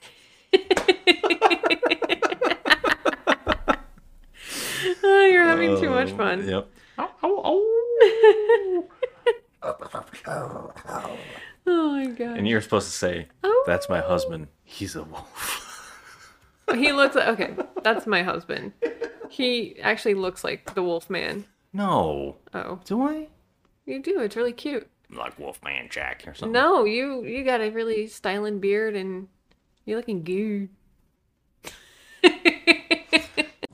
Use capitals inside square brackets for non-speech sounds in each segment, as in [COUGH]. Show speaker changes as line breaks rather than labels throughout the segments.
[LAUGHS] having too much fun.
Yep.
[LAUGHS] Oh my god.
And you're supposed to say,
Oh.
"That's my husband. He's a wolf." [LAUGHS]
He looks like okay. That's my husband. He actually looks like the Wolf Man.
no,
Oh,
do I?
you do. It's really cute.
Like Wolfman Jack or something.
No, you you got a really styling beard and you're looking good. [LAUGHS]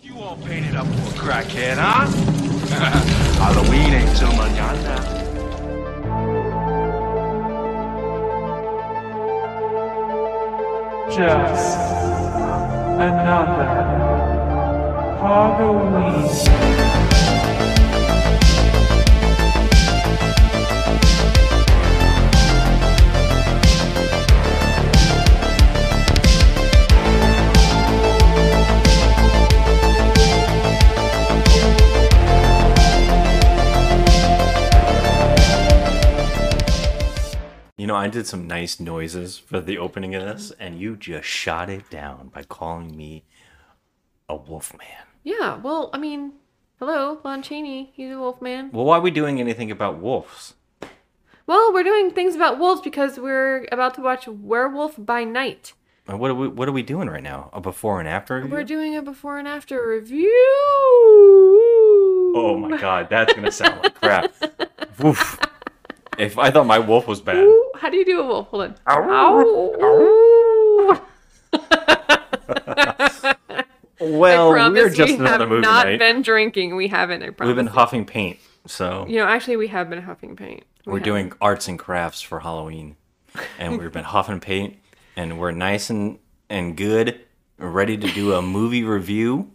You all painted up for a crackhead, huh? [LAUGHS] Halloween ain't till mañana.
Just another Halloween.
You know, I did some nice noises for the opening of this, and you just shot it down by calling me a Wolfman.
Yeah. Well, I mean, hello, Lon Chaney. He's a Wolf Man.
Well, why are we doing anything about wolves?
Well, we're doing things about wolves because we're about to watch Werewolf by Night.
And What are we What are we doing right now? A before and after?
We're
review?
doing a before and after review.
oh my god, that's gonna sound like
[LAUGHS]
crap. Woof. If I thought my wolf was bad,
Ooh, How do you do a wolf? Hold on. Ow.
well,
I promise
we're just
we have
another movie
not
night.
been drinking. We haven't. I promise.
We've been huffing paint, so
you know, actually, we have been huffing paint. We
we're
have.
doing arts and crafts for Halloween, and we've been huffing paint, and we're nice and and good, ready to do a movie review,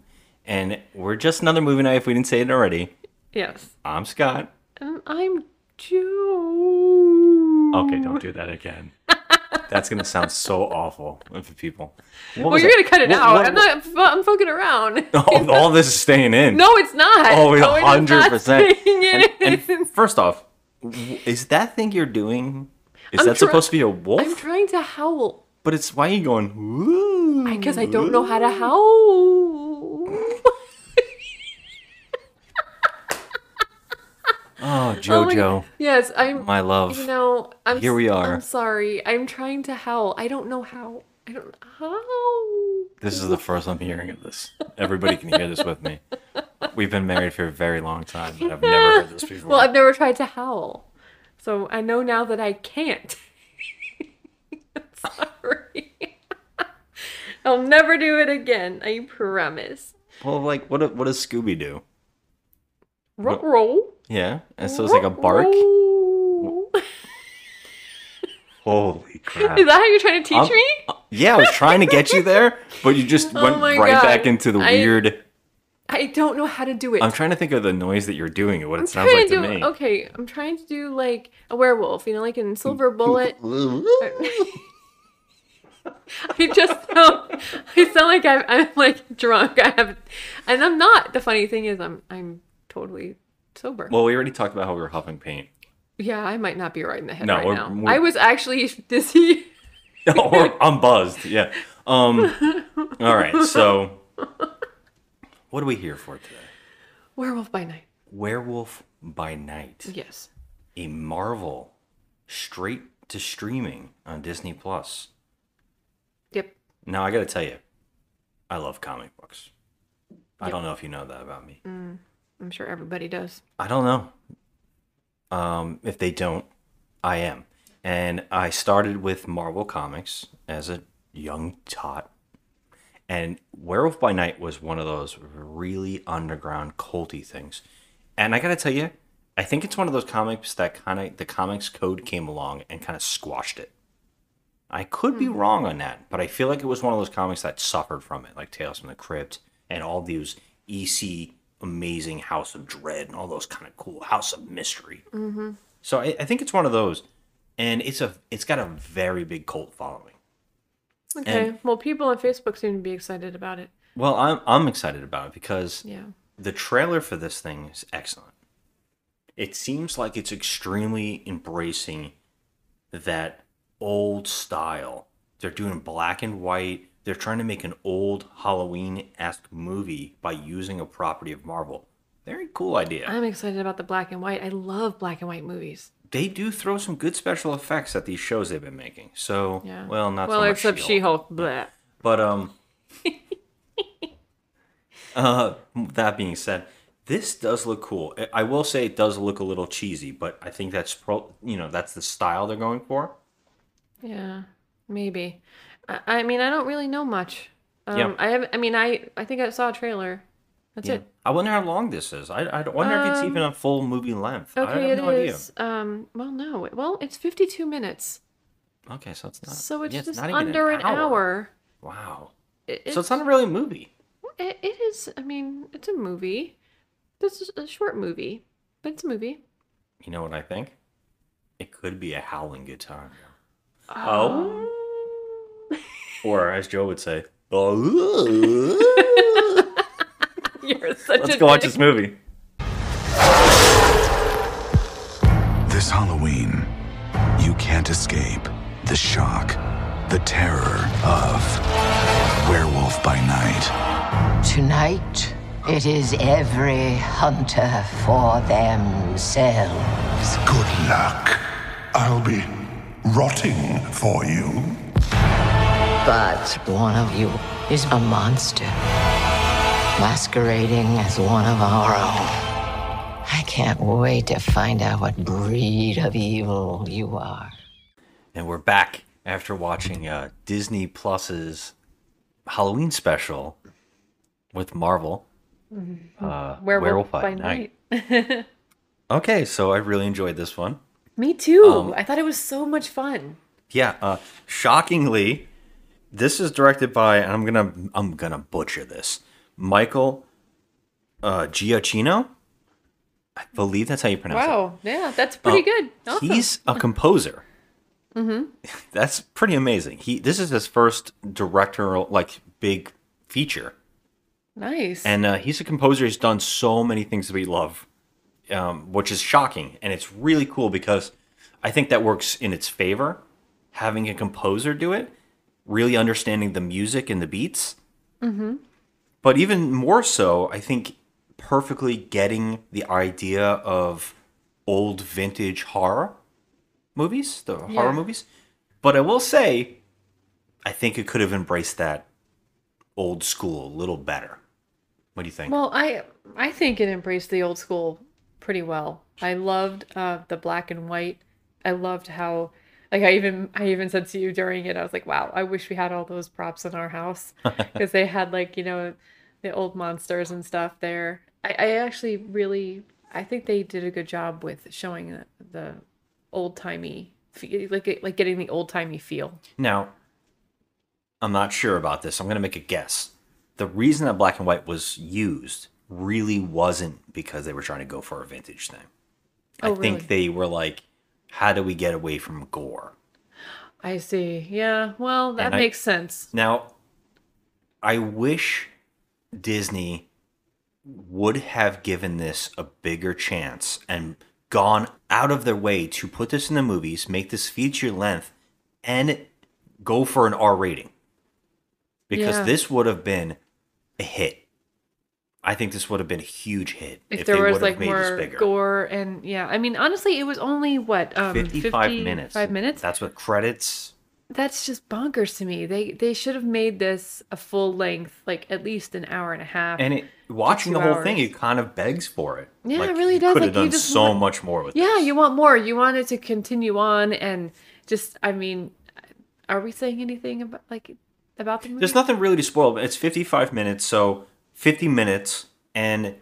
and we're just another movie night. If we didn't say it already,
Yes.
I'm Scott.
And I'm
Oh,
Joe.
Okay, don't do that again. [LAUGHS] That's gonna sound so awful for people. What
Well,
was
you're
it?
gonna cut it
What-
out.
what-
I'm not. I'm fucking around.
[LAUGHS]
[LAUGHS]
all, all this is staying in.
No, it's not.
oh,
it is not
hundred percent.
staying in.
And and [LAUGHS] first off, w- is that thing you're doing? Is
I'm
that
try-
supposed to be a wolf?
[LAUGHS] I'm trying to howl
But it's why are you going? Ooh.
because I don't know how to howl.
Oh,
Oh my-
Jojo,
yes, I'm.
my, love.
You know, I'm.
Here we
s-
are.
I'm sorry. I'm trying to howl. I don't know how. I don't how.
this is the first I'm hearing of this. Everybody can hear this
[LAUGHS]
with me. We've been married for a very long time, but I've never heard this
[LAUGHS]
before.
Well, I've never tried to howl, so I know now that I can't. [LAUGHS] Sorry. [LAUGHS] I'll never do it again. I promise.
well, like what? do- What does Scooby do?
Roll,
What-
roll.
Yeah, and so it's like a bark.
Roll. [LAUGHS]
Holy crap!
Is that how you're trying to teach
I'm-
me?
Uh, Yeah, I was trying to get you there, but you just
[LAUGHS] Oh
went
my
right
God.
back into the
I-
weird.
I don't know how to do it.
I'm trying to think of the noise that you're doing and what it
I'm
sounds
trying
like to,
do,
me. [LAUGHS]
Okay, I'm trying to do like a werewolf, you know, like in Silver
[LAUGHS]
Bullet. I [LAUGHS] just sound, I sound like I'm, I'm like drunk. I have, and I'm not. The funny thing is, I'm I'm totally sober.
Well, we already talked about how we were huffing paint.
yeah, I might not be right in the head
No,
right
we're-
now.
we're-
I was actually [LAUGHS] dizzy.
[LAUGHS] or I'm buzzed. Yeah. Um. All right. So, what are we here for today?
Werewolf by night.
Werewolf by Night,
Yes.
a Marvel, straight to streaming on Disney Plus.
Yep.
Now I got to tell you, I love comic books. I don't know if you know that about me.
I'm sure everybody does.
I don't know. Um, if they don't, I am. And I started with Marvel Comics as a young tot. And Werewolf by Night was one of those really underground culty things. And I gotta tell you, I think it's one of those comics that kind of the comics code came along and kind of squashed it. I could be wrong on that, but I feel like it was one of those comics that suffered from it, like Tales from the Crypt and all these EC amazing House of Dread and all those kind of cool House of Mystery. Mm-hmm. So I, I think it's one of those, and it's a it's got a very big cult following.
Okay.
And-
well, people on Facebook seem to be excited about it.
Well, I'm I'm excited about it because
Yeah.
the trailer for this thing is excellent. It seems like it's extremely embracing that old style. They're doing black and white. They're trying to make an old Halloween esque movie by using a property of Marvel. Very cool idea.
I'm excited about the black and white. I love black and white movies.
They do throw some good special effects at these shows they've been making. So,
Yeah.
well, not
well,
so much
except
She-Hulk.
She-Hulk. Blah. [LAUGHS]
But um, uh, that being said, this does look cool. I- I will say it does look a little cheesy, but I think that's pro. You know, that's the style they're going for.
Yeah, maybe. I, I mean, I don't really know much. Um,
Yeah.
I have. I mean, I I think I saw a trailer. That's it.
I wonder how long this is. I, I wonder if it's
Um,
even a full movie length. I
Okay,
have
it
no
is. Um, well, no. Well, it's 52 minutes.
idea. Okay, so it's not.
So it's
Uh, yeah,
just
not even
under an hour.
Wow.
It,
so it's not really a movie.
it, it is. I mean, it's a movie. This is a short movie, but it's a movie.
You know what I think? It could be a howling good time.
Ah.
Oh.
[LAUGHS]
or as Joe would say,
[LAUGHS] You're such [LAUGHS]
let's
a
go watch
dick.
this movie.
This Halloween, you can't escape the shock, the terror of Werewolf by Night.
Tonight, it is every hunter for themselves.
Good luck. I'll be rotting for you.
But one of you is a monster, masquerading as one of our own. I can't wait to find out what breed of evil you are.
And we're back after watching uh, Disney Plus's Halloween special with Marvel. Uh,
Werewolf, by, night.
Okay, so I really enjoyed this one.
Me too.
Um,
I thought it was so much fun.
Yeah, uh, shockingly, this is directed by, and I'm gonna I'm gonna butcher this, Michael uh, Giacchino. I believe that's how you pronounce it.
Wow. Yeah, that's pretty
Oh,
good. Awesome.
He's a composer. mm-hmm. [LAUGHS] That's pretty amazing. He this is his first directorial like big feature,
nice.
and uh, he's a composer. He's done so many things that we love, um, which is shocking, and it's really cool because I think that works in its favor. Having a composer do it, really understanding the music and the beats, but even more so, I think perfectly getting the idea of old vintage horror movies, the horror movies. But I will say, I think it could have embraced that old school a little better. What do you think?
Well, I I think it embraced the old school pretty well. I loved uh, the black and white. I loved how like I even I even said to you during it, I was like, wow, I wish we had all those props in our house because they had like you know the old monsters and stuff there. I, I actually really I think they did a good job with showing the, the old timey like like getting the old timey feel.
Now, I'm not sure about this. I'm going to make a guess. The reason that black and white was used really wasn't because they were trying to go for a vintage thing. I
Oh,
think they were like, how do we get away from gore?
I see. Yeah. Well, that
I-
makes sense.
Now, I wish Disney would have given this a bigger chance and gone out of their way to put this in the movies, make this feature length, and go for an R rating. Because
Yeah.
this would have been a hit. I think this would have been a huge hit
if, there was
would
like
have
more gore and yeah i mean honestly it was only what um
55 minutes.
five minutes
That's with credits.
that's just bonkers to me they they should have made this a full length like at least an hour and a half
And it, watching
two
the whole thing,
hours.
it kind of begs for it.
Yeah, it really does.
Could have
Like, you
done
just
so
want-
much more with
yeah
this.
you want more you want it to continue on and just i mean are we saying anything about like about the movie
There's nothing really to spoil, but it's 55 minutes, so 50 minutes, and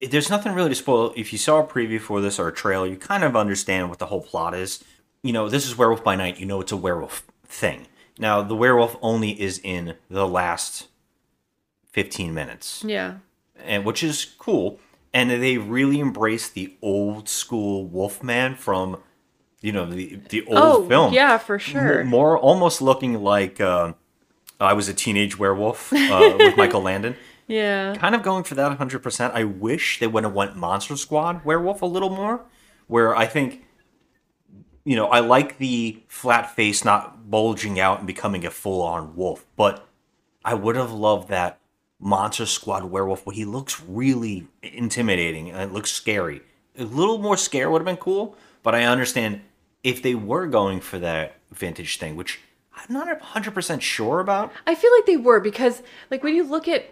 it- there's nothing really to spoil. If you saw a preview for this or a trailer, you kind of understand what the whole plot is. You know, this is Werewolf by Night. You know, it's a werewolf thing. Now, the werewolf only is in the last 15 minutes,
yeah
and which is cool. And they really embrace the old school Wolfman from, you know, the the old
oh
film
yeah for
mo-
sure
More, almost looking like uh, I was a teenage werewolf uh,
[LAUGHS]
with Michael Landon.
yeah
Kind of going for that 100%. I wish they would have went Monster Squad werewolf a little more, where I think, you know, I like the flat face not bulging out and becoming a full on wolf, but I would have loved that Monster Squad werewolf, but he looks really intimidating and it looks scary. A little more scare would have been cool, but I understand if they were going for that vintage thing, which I'm not 100% sure about.
I feel like they were because, like, when you look at,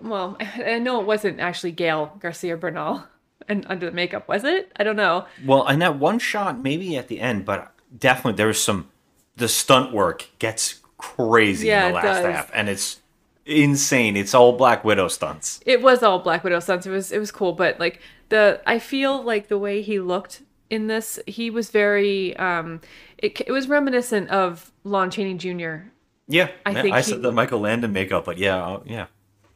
well, [LAUGHS] I know it wasn't actually Gail Garcia Bernal [LAUGHS] and under the makeup, was it? I don't know.
Well, and that one shot maybe at the end, but definitely there was some. The stunt work gets crazy
Yeah,
in
it
the last
does.
half, and it's insane. It's all Black Widow stunts.
It was all Black Widow stunts. It was it was cool, but like the I feel like the way he looked in this, he was very um, it it was reminiscent of Lon Chaney Jr.
Yeah,
I
I,
think
I
he-
said the Michael Landon makeup, but yeah, uh, yeah.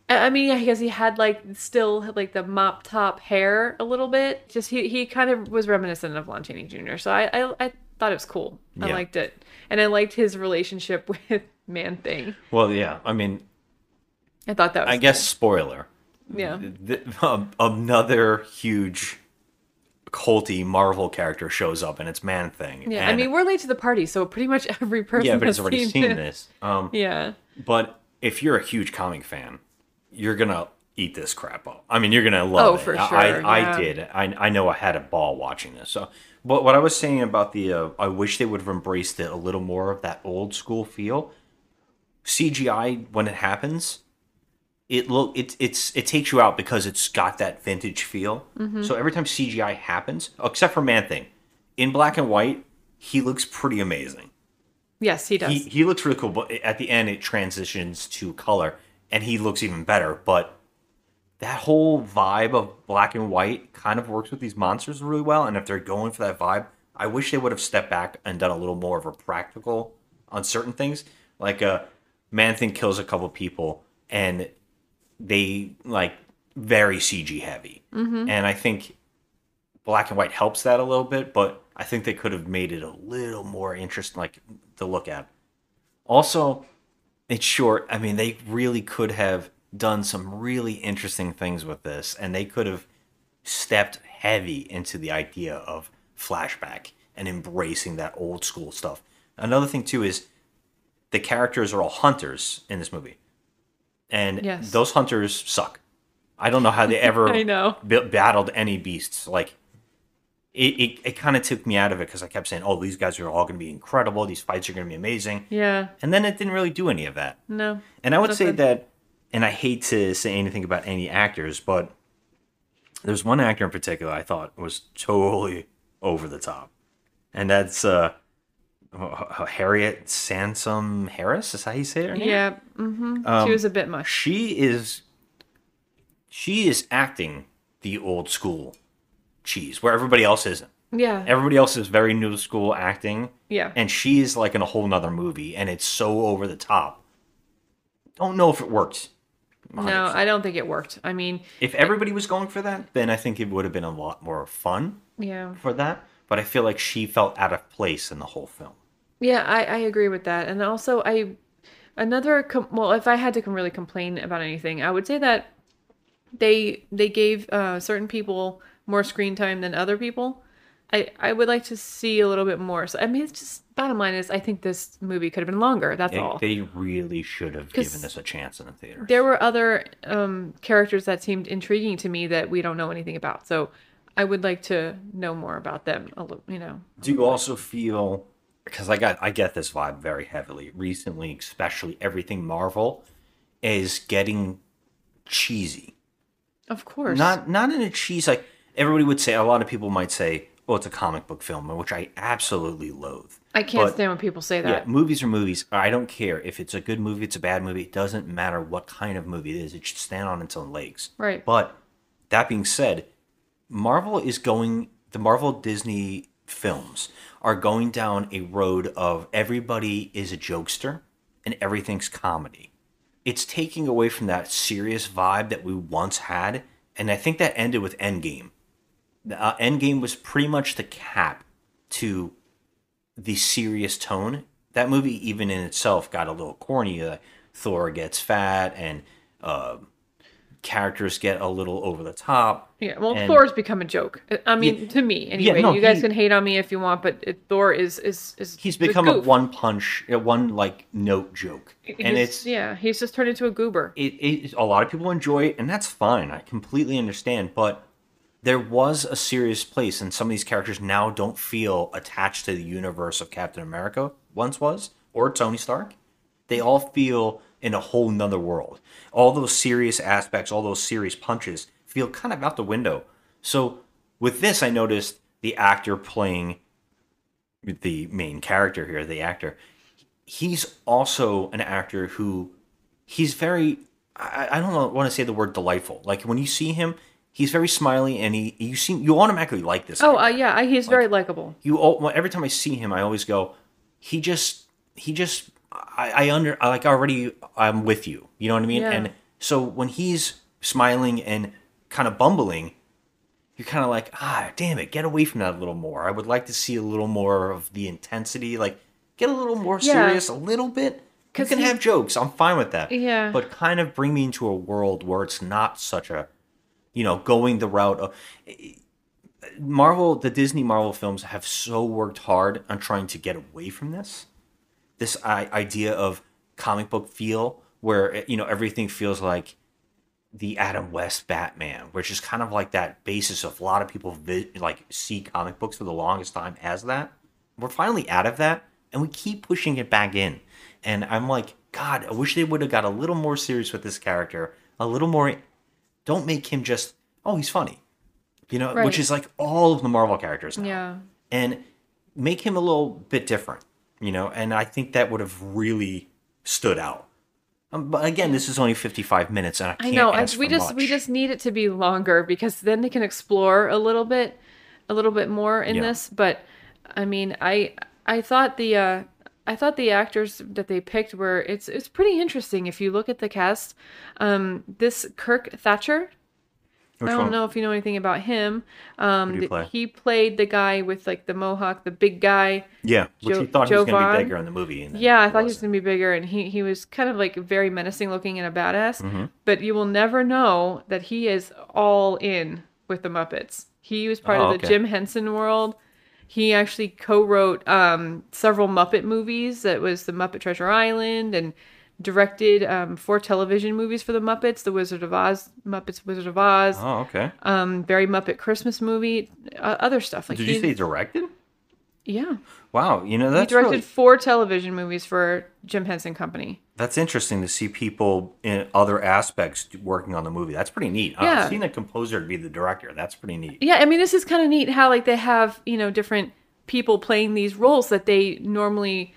I I mean, yeah, because he had like still like the mop top hair a little bit. Just he he kind of was reminiscent of Lon Chaney Jr. So I I, I thought it was cool. I
Yeah.
liked it, and I liked his relationship [LAUGHS] with Man Thing.
Well, yeah. I mean,
I thought that was
I guess spoiler.
cool. yeah.
Th- um, another huge culty Marvel character shows up, and it's Man Thing.
Yeah, I
and-
mean we're late to the party, so pretty much [LAUGHS] every person
yeah, but
has
it's already
seen,
seen
it.
this. Um,
Yeah,
But if you're a huge comic fan, you're gonna eat this crap up. I mean, you're gonna love
Oh,
it.
for
I-
sure,
I,
yeah.
I did. I, I know I had a ball watching this. So, but what I was saying about the, uh, I wish they would have embraced it a little more of that old school feel. CGI when it happens, it look it it's it takes you out because it's got that vintage feel.
Mm-hmm.
So every time CGI happens, except for Man Thing, in black and white, he looks pretty amazing
yes, he does.
he, he looks really cool, but at the end it transitions to color, and he looks even better. But that whole vibe of black and white kind of works with these monsters really well. And if they're going for that vibe, I wish they would have stepped back and done a little more of a practical on certain things. Like uh, Man Thing kills a couple people, and they like very CG heavy,
Mm-hmm.
and I think black and white helps that a little bit. But I think they could have made it a little more interesting, like to look at. Also, it's short. I mean, they really could have done some really interesting things with this, and they could have stepped heavy into the idea of flashback and embracing that old school stuff. Another thing too is the characters are all hunters in this movie, and
Yes.
those hunters suck. I don't know how they ever
[LAUGHS] I know.
b- battled any beasts. Like it, it, it kind of took me out of it because I kept saying, "Oh, these guys are all going to be incredible. These fights are going to be amazing."
yeah,
And then it didn't really do any of that.
no,
And I would say
Nothing.
that, and I hate to say anything about any actors, but there's one actor in particular I thought was totally over the top, and that's uh, H- H- Harriet Sansom Harris. Is that how you say her name?
yeah, mm-hmm.
Um,
she was a bit much.
She is, she is acting the old school cheese where everybody else isn't.
Yeah,
Everybody else is very new school acting.
Yeah.
And she is like in a whole nother movie and it's so over the top. Don't know if it worked.
no, I don't think it worked. I mean,
If everybody was going for that, then I think it would have been a lot more fun
yeah,
for that. But I feel like she felt out of place in the whole film.
Yeah, I, I agree with that. And also, I another com- well, if I had to com- really complain about anything, I would say that they they gave uh, certain people more screen time than other people. I I would like to see a little bit more. So I mean, it's just bottom line is I think this movie could have been longer. That's
They,
all.
they really should have
'Cause
given this a chance in the theater.
there were other um, characters that seemed intriguing to me that we don't know anything about. So I would like to know more about them. A little, you know.
Do you also feel because I got I get this vibe very heavily recently, especially everything Marvel is getting cheesy.
Of course.
Not not in a cheese like everybody would say. A lot of people might say, "Oh, it's a comic book film," which I absolutely loathe.
I can't
but-
stand when people say
Yeah,
that.
movies are movies. I don't care if it's a good movie, it's a bad movie. It doesn't matter what kind of movie it is. It should stand on its own legs.
Right.
But that being said, Marvel is going. The Marvel Disney films are going down a road of everybody is a jokester and everything's comedy it's taking away from that serious vibe that we once had. And I think that ended with Endgame. The, Uh, Endgame was pretty much the cap to the serious tone. That movie, even in itself, got a little corny. Uh, Thor gets fat and uh, characters get a little over the top.
Yeah, well,
and-
Thor's become a joke. I- I mean, to me anyway.
no,
you guys
he-
can hate on me if you want, but it, Thor is is is
He's
the
become a
goof.
one punch, a one like note joke, and
He's-
it's
yeah, he's just turned into a goober.
it, it a lot of people enjoy it and that's fine i completely understand but there was a serious place and some of these characters now don't feel attached to the universe of captain america once was or tony stark they all feel in a whole nother world all those serious aspects all those serious punches feel kind of out the window so with this i noticed the actor playing the main character here the actor he's also an actor who he's very I, I don't want to say the word delightful. Like when you see him, he's very smiley and he you seem you automatically like this.
Oh,
guy.
uh, yeah, I, he's very likable.
you all, well, every time I see him, I always go, he just he just I, I under I like already I'm with you. You know what I mean?
Yeah.
And so when he's smiling and kind of bumbling, you're kind of like, ah, damn it, get away from that a little more. I would like to see a little more of the intensity. Like, get a little more
Yeah.
serious, a little bit. You
'Cause
can
he-
have jokes. I'm fine with that.
Yeah.
But kind of bring me into a world where it's not such a, you know, going the route of Marvel. The Disney Marvel films have so worked hard on trying to get away from this, this I- idea of comic book feel, where you know everything feels like the Adam West Batman, which is kind of like that basis of a lot of people vi- like see comic books for the longest time as that. We're finally out of that, and we keep pushing it back in. And I'm like, God, I wish they would have got a little more serious with this character, a little more. Don't make him just oh he's funny, you know,
Right.
which is like all of the Marvel characters now
Yeah,
and make him a little bit different, you know. And I think that would have really stood out. Um, but again, this is only fifty-five minutes, and I
I
can't
know. I,
ask
we
for
just we
much.
just need it to be longer because then they can explore a little bit, a little bit more in
Yeah.
this. But I mean, I I thought the uh, I thought the actors that they picked were it's it's pretty interesting if you look at the cast. Um, this Kirk Thatcher
Which
I don't
one?
know if you know anything about him. Um,
Who do you
th-
play?
he played the guy with like the mohawk, the big guy.
Yeah, which
Jo-
you thought he was going to
Jovan?
be bigger in the movie. And then
Yeah, I
it
thought he was
wasn't.
gonna be bigger, and he he was kind of like very menacing looking and a badass.
Mm-hmm.
But you will never know that he is all in with the Muppets. He was part
Oh,
of the
okay.
Jim Henson world. He actually co-wrote um, several Muppet movies. That was the Muppet Treasure Island and directed um, four television movies for the Muppets: The Wizard of Oz, Muppets Wizard of Oz,
Oh, okay.
um, Barry Muppet Christmas movie, uh, other stuff. Like
Did
he,
you say directed?
Yeah,
Wow, you know that's
he directed
really-
four television movies for Jim Henson Company.
that's interesting to see people in other aspects working on the movie. That's pretty neat.
Yeah.
I've seen a composer be the director. That's pretty neat.
Yeah, I mean, this is kind of neat how like they have you know different people playing these roles that they normally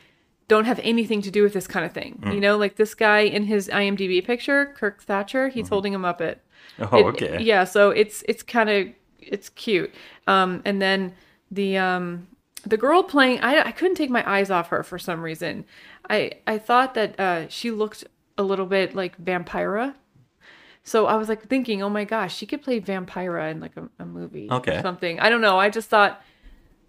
don't have anything to do with this kind of thing.
Mm.
You know, like this guy in his IMDb picture, Kirk Thatcher, he's
Mm-hmm.
holding a Muppet.
[LAUGHS] [LAUGHS] Oh,
It-
okay.
Yeah, so it's it's kind of it's cute. Um, and then the um the girl playing, I I couldn't take my eyes off her for some reason. I I thought that uh, she looked a little bit like Vampira. So I was like thinking, oh my gosh, she could play Vampira in like a, a movie
Okay.
or something. I don't know. I just thought,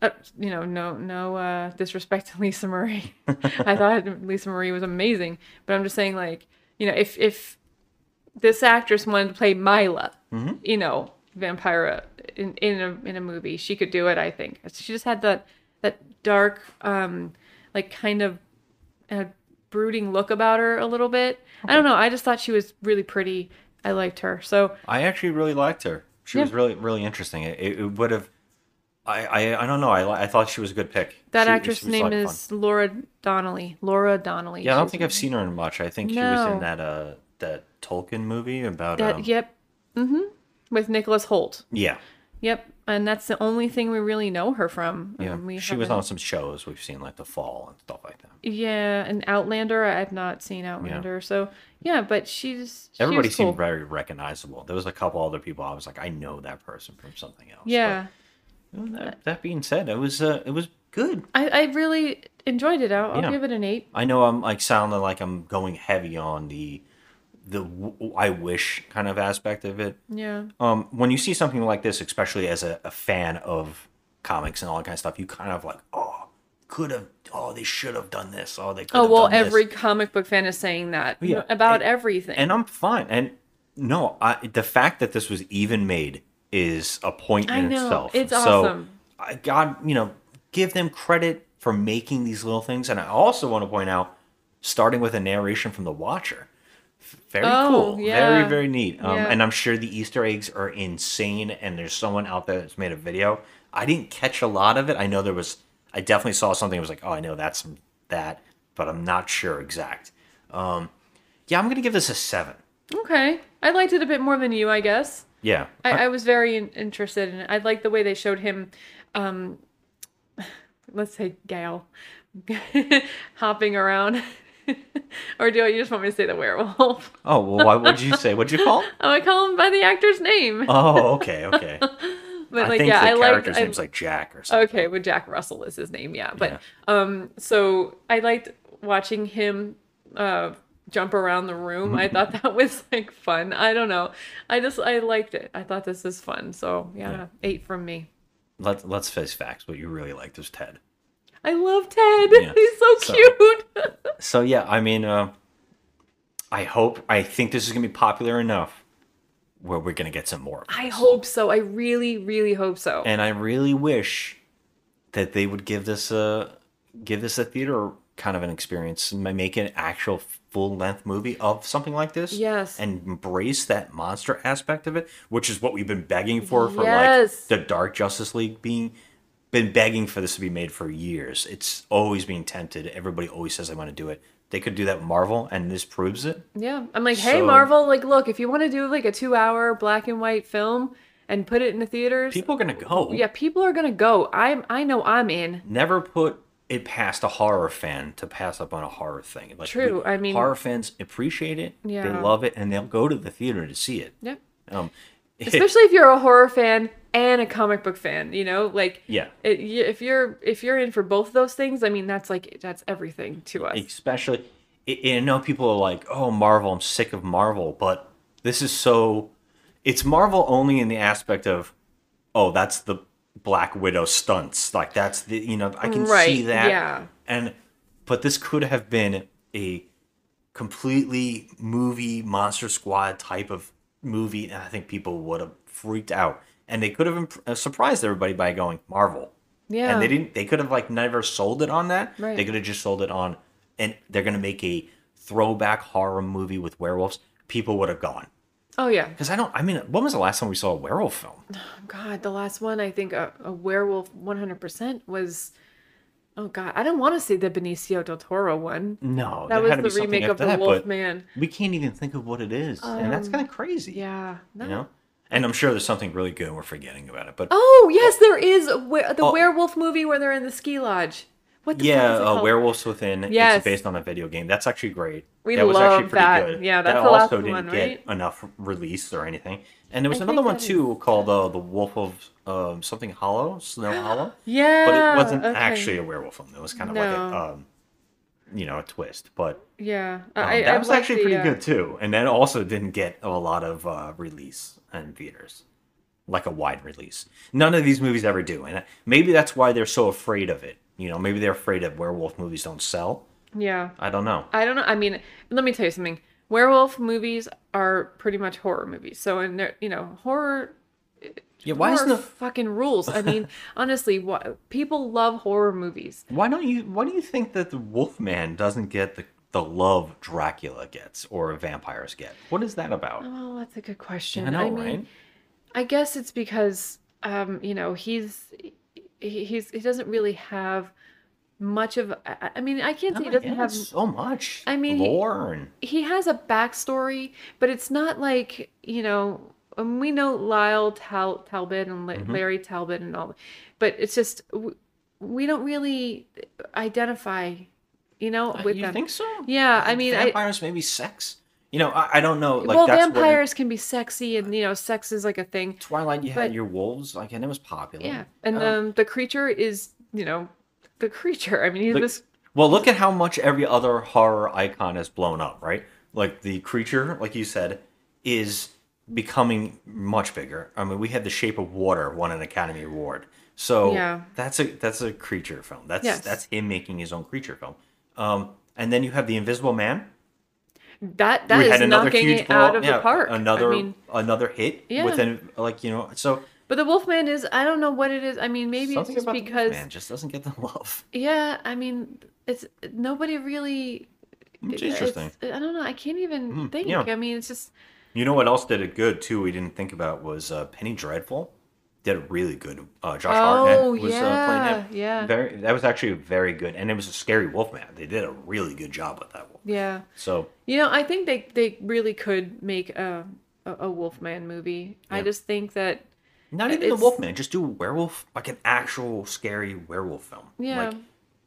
uh, you know, no no uh, disrespect to [LAUGHS] Lisa Marie. I thought Lisa Marie was amazing, but I'm just saying like, you know, if if this actress wanted to play Mila, you know, Vampira in, in a in a movie. She could do it, I think. She just had that that dark, um, like kind of uh, brooding look about her a little bit. I don't know. I just thought she was really pretty. I liked her. So
I actually really liked her. She was
Yeah.
really, really interesting. It, it would have. I, I, I don't know. I, li- I thought she was a good pick.
that
She-
actress'
she was a
name
lot of fun.
is Laura Donnelly. Laura Donnelly.
Yeah, I don't
She's-
think I've seen her in much. I think she was in
No.
that uh that Tolkien movie about
that.
um,
Yep. Mm-hmm. With Nicholas Holt.
yeah
Yep. And that's the only thing we really know her from.
yeah.
Um, we
she was
haven't-
on some shows we've seen like The Fall and stuff like that.
Yeah, and Outlander. I've not seen Outlander, so yeah, but she's she
Everybody
was
seemed
cool.
very recognizable. There was a couple other people I was like, I know that person from something else. But,
Yeah,
you know, that, that being said, it was uh, it was good.
I, I really enjoyed it. I'll, I'll
Yeah.
give it an eight.
I know I'm like sounding like I'm going heavy on the the w- I wish kind of aspect of it,
Yeah,
um, when you see something like this, especially as a, a fan of comics and all that kind of stuff, you kind of like, oh, could have, oh, they should have done this. Oh, they could
Oh
have
well,
done this."
every comic book fan is saying that
Oh, Yeah.
about
And-
everything.
And I'm fine. And no, I, the fact that this was even made is a point
I
in
know,
itself.
it's
so,
awesome.
I, God, you know, give them credit for making these little things. And I also want to point out, starting with a narration from The Watcher. Very
Oh,
cool.
yeah.
Very, very neat. Um,
Yeah.
And I'm sure the Easter eggs are insane. And there's someone out there that's made a video. I didn't catch a lot of it. I know there was, I definitely saw something. that was like, oh, I know that's from that, but I'm not sure exact. Um, yeah, I'm going to give this a seven.
Okay. I liked it a bit more than you, I guess.
Yeah.
I, I was very in- interested in it. I liked the way they showed him, um, [LAUGHS] let's say Gal, [LAUGHS] hopping around. [LAUGHS] or do I, you just want me to say the werewolf? [LAUGHS]
Oh well, why would you say? What'd you call? it?
Oh, I call him by the actor's name.
Oh, okay, okay.
but
I
[LAUGHS] like,
think
yeah,
the
I liked.
character's
I-
name's like Jack or something.
okay, well, Jack Russell is his name, yeah. But um, so I liked watching him uh jump around the room. I thought that was like fun. I don't know. I just I liked it. I thought this is fun. So yeah. eight from me.
Let's let's face facts. What you really liked was Ted.
I love Ted.
Yeah.
[LAUGHS] He's so,
So-
cute.
So yeah, I mean, uh, I hope I think this is gonna be popular enough where we're gonna get some more. of
I
this.
hope so. I really, really hope so.
and I really wish that they would give this a give this a theater kind of an experience and ma- make an actual full length movie of something like this.
Yes.
and embrace that monster aspect of it, which is what we've been begging for for
Yes.
like the Dark Justice League being been begging for this to be made for years. It's always being tempted. Everybody always says they want to do it. They could do that with Marvel, and this proves it.
yeah. I'm like, hey
So-
Marvel, like look, if you want to do like a two hour black and white film and put it in the theaters,
People are gonna go.
yeah, people are gonna go. I'm I know I'm in.
never put it past a horror fan to pass up on a horror thing. Like,
True,
we-
I mean-
horror fans appreciate it. They
Yeah.
love it, and they'll go to the theater to see it.
Yep.
Um, [LAUGHS]
Especially if you're a horror fan and a comic book fan, you know, like
Yeah.
it, y- if you're if you're in for both of those things, I mean, that's like that's everything to us.
especially, I I know people are like, "Oh, Marvel! I'm sick of Marvel," but this is so. It's Marvel only in the aspect of, oh, that's the Black Widow stunts. Like that's the you know I can see
Right,
that.
yeah.
And but this could have been a completely movie monster squad type of movie and i think people would have freaked out and they could have imp- uh, surprised everybody by going marvel
Yeah.
and they didn't they could have like never sold it on that
Right.
they could have just sold it on and they're gonna make a throwback horror movie with werewolves people would have gone
Oh yeah.
because i don't i mean when was the last time we saw a werewolf film
God, the last one I think uh, a, a werewolf 100% was. Oh God, I don't want to see the Benicio del Toro one.
no
That
there
was
had to be
the
something
remake of
after
the
that, but
Wolfman. Um,
we can't even think of what it is and that's kind of crazy
Yeah. No.
you know and i'm sure there's something really good and we're forgetting about it but
Oh yes, there is a were- the
Oh.
werewolf movie where they're in the ski lodge. What the
Yeah,
fuck is it
uh,
called?
Werewolves Within.
Yes.
It's based on a video game. That's actually great.
We
that was
love
actually pretty
that.
good.
Yeah,
that
that's the
also
last
didn't
one,
get
right?
enough release or anything. And there was
I
another
think
one
that
too called uh, the Wolf of um, something Hollow, Snow
[GASPS]
Hollow.
Yeah.
but it wasn't
okay.
actually a werewolf film. It was kind of like
No.
a, um, you know, a twist. But
Yeah.
um,
I,
that
I
was
like
actually
the,
pretty
uh,
good too. And that also didn't get a lot of uh, release in theaters, like a wide release. None of these movies ever do, and maybe that's why they're so afraid of it. You know, maybe they're afraid of werewolf movies don't sell.
Yeah.
I don't know.
I don't know. I mean, let me tell you something. Werewolf movies are pretty much horror movies. So, and they're, you know, horror
Yeah, why
horror
isn't the
fucking rules? I
[LAUGHS]
mean, honestly, what people love horror movies.
why don't you why do you think that the Wolfman doesn't get the the love Dracula gets or vampires get? What is that about?
Oh, that's a good question.
I know,
mean,
right?
I guess it's because um, you know, he's he, he's he doesn't really have much of I I- I mean, I can't say he
I
doesn't have
guess so much.
I mean, he-
lore and
he has a backstory, but it's not like, you know, and we know Lyle Tal- Talbot and La-
Mm-hmm.
Larry Talbot and all, but it's just w- we don't really identify, you know, with
you
them.
think so?
Yeah, I mean, I,
vampires maybe sex. You know, I, I don't know. Like
well,
that's where-
vampires can be sexy, and you know, sex is like a thing.
Twilight, you
But-
had your wolves, like, and it was popular.
Yeah, and
Uh,
um, the creature is, you know, the creature. I mean, he's
the-
this.
well, look at how much every other horror icon has blown up, right? Like the creature, like you said, is becoming much bigger. I mean, we had The Shape of Water won an Academy Award, so
Yeah.
that's a that's a creature film. That's
Yes.
that's him making his own creature film. Um, and then you have The Invisible Man.
that that is knocking it out of the park.
Another
I mean,
another hit
Yeah.
within like you know so
but the Wolfman is I don't know what it is. I mean, maybe it's
something
just
about the
because
man just doesn't get the [LAUGHS] love.
yeah, I mean, it's nobody really.
It's
it's-
interesting. Hmm,
I don't know. I can't even think.
yeah.
I mean, it's just
You know what else did it good too? We didn't think about was uh, Penny Dreadful. Did a really good. Uh, Josh
Oh,
Hartnett was uh, playing him.
yeah, yeah.
Very. That was actually very good, and it was a scary Wolfman. They did a really good job with that one.
yeah.
So
You know, I think they they really could make a a, a Wolfman movie. I
Yeah.
just think that
not even
It's-
the Wolfman. Just do a werewolf, like an actual scary werewolf film.
yeah,
Like,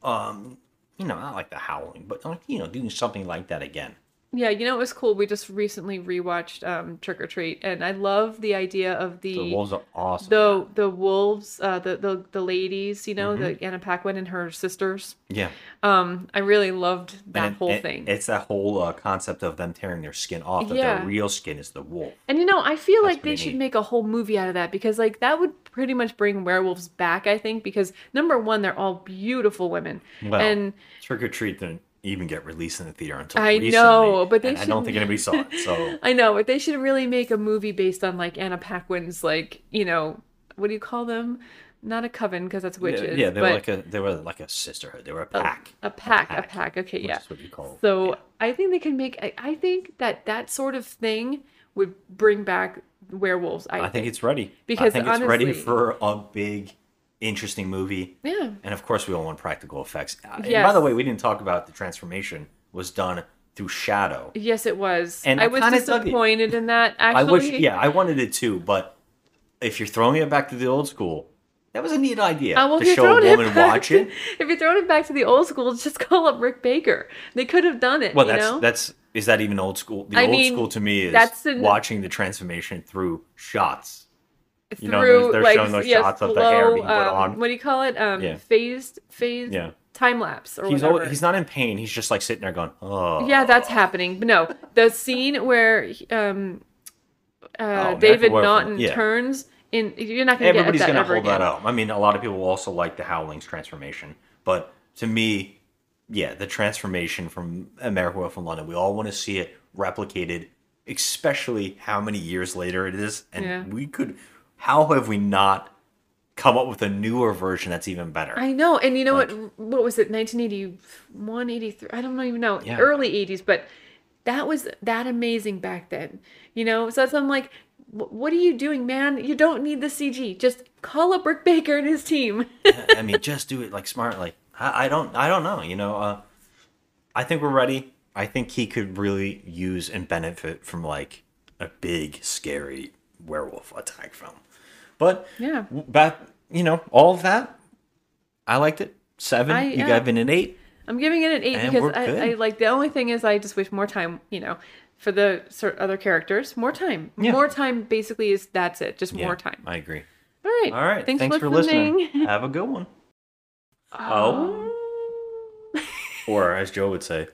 um, you know, not like the Howling, but like, you know, doing something like that again.
yeah. You know, it was cool. We just recently rewatched um, Trick or Treat, and I love the idea of the.
The wolves are awesome.
the the wolves, uh, the, the the ladies, you
Mm-hmm.
know, the Anna Paquin and her sisters.
yeah,
Um, I really loved that
And it-
whole
it-
thing.
It's that whole uh, concept of them tearing their skin off. That
Yeah.
their real skin is the wolf.
And you know, I feel like they
pretty
should
neat.
make a whole movie out of that because like that would pretty much bring werewolves back, I think, because number one, they're all beautiful women.
Well,
and
Trick or Treat didn't even get released in the theater until
I
recently,
know, but they
and I don't
shouldn't-
think anybody saw it.
[LAUGHS]
So
I know, but they should really make a movie based on like Anna Paquin's like, you know, what do you call them? Not a coven because that's
yeah,
witches.
yeah, they were
but Oh,
like a they were like a sisterhood. They were a pack.
a pack, a pack. Okay,
which
yeah.
is what you call-
so
yeah.
I think they can make. I, I think that that sort of thing would bring back werewolves. I,
I think it's ready.
Because
I think it's ready
honestly-
for a big, interesting movie.
yeah.
And of course, we all want practical effects. Uh, And by
Yes.
the way, we didn't talk about the transformation was done through shadow.
Yes, it was.
And
I
I
was
kinda dug it.
disappointed in that. Actually,
I wish, yeah, I wanted it too, but if you're throwing it back to the old school, that was a neat idea
Uh, well,
to
if you're
show a
throwing it
woman
[LAUGHS] back
watch
to-
it.
If you're throwing it back to the old school, [LAUGHS] just call up Rick Baker. They could have done it.
Well,
you
that's
know?
that's is that even old school? The
I
old
mean,
school to me is
that's an-
watching the transformation through shots.
through
you know, there's- they're
like
showing those
yes,
shots of the hair
slow,
being put
um,
on.
What do you call it? Um,
Yeah.
phased, phased
Yeah.
time lapse or
He's
whatever.
always, he's not in pain. He's just like sitting there going, oh.
Yeah, that's happening. But no, the scene where um, uh,
American
David
Werewolf,
Naughton
yeah.
turns in, you're not going to get
Everybody's
that
gonna
ever
hold that
again.
up. I mean, a lot of people also like the Howling's transformation, but to me, yeah, the transformation from America Werewolf in London, we all want to see it replicated, especially how many years later it is, and
Yeah.
we could. How have we not come up with a newer version that's even better?
I know, and you know what? What was it? 1981, 83? I don't even know.
Yeah.
Early 80s, but that was that amazing back then. You know, so that's I'm like, "Wh- what are you doing, man? You don't need the CG. Just call up Rick Baker and his team. [LAUGHS]
I mean, just do it like smart. Like I, I don't, I don't know. You know, uh, I think we're ready. I think he could really use and benefit from like a big scary werewolf attack film. But
Yeah.
w- that you know, all of that, I liked it. Seven,
I-
you
yeah.
gave it an eight.
I'm giving it an eight
And
because
we're good.
I, I like the only thing is I just wish more time, you know, for the cer- other characters. More time.
Yeah.
More time basically is that's it. Just
Yeah,
more time.
I agree.
All right.
All right, thanks, for
listening. [LAUGHS]
listening. Have a good one.
[LAUGHS]
Oh, or as Joe would say.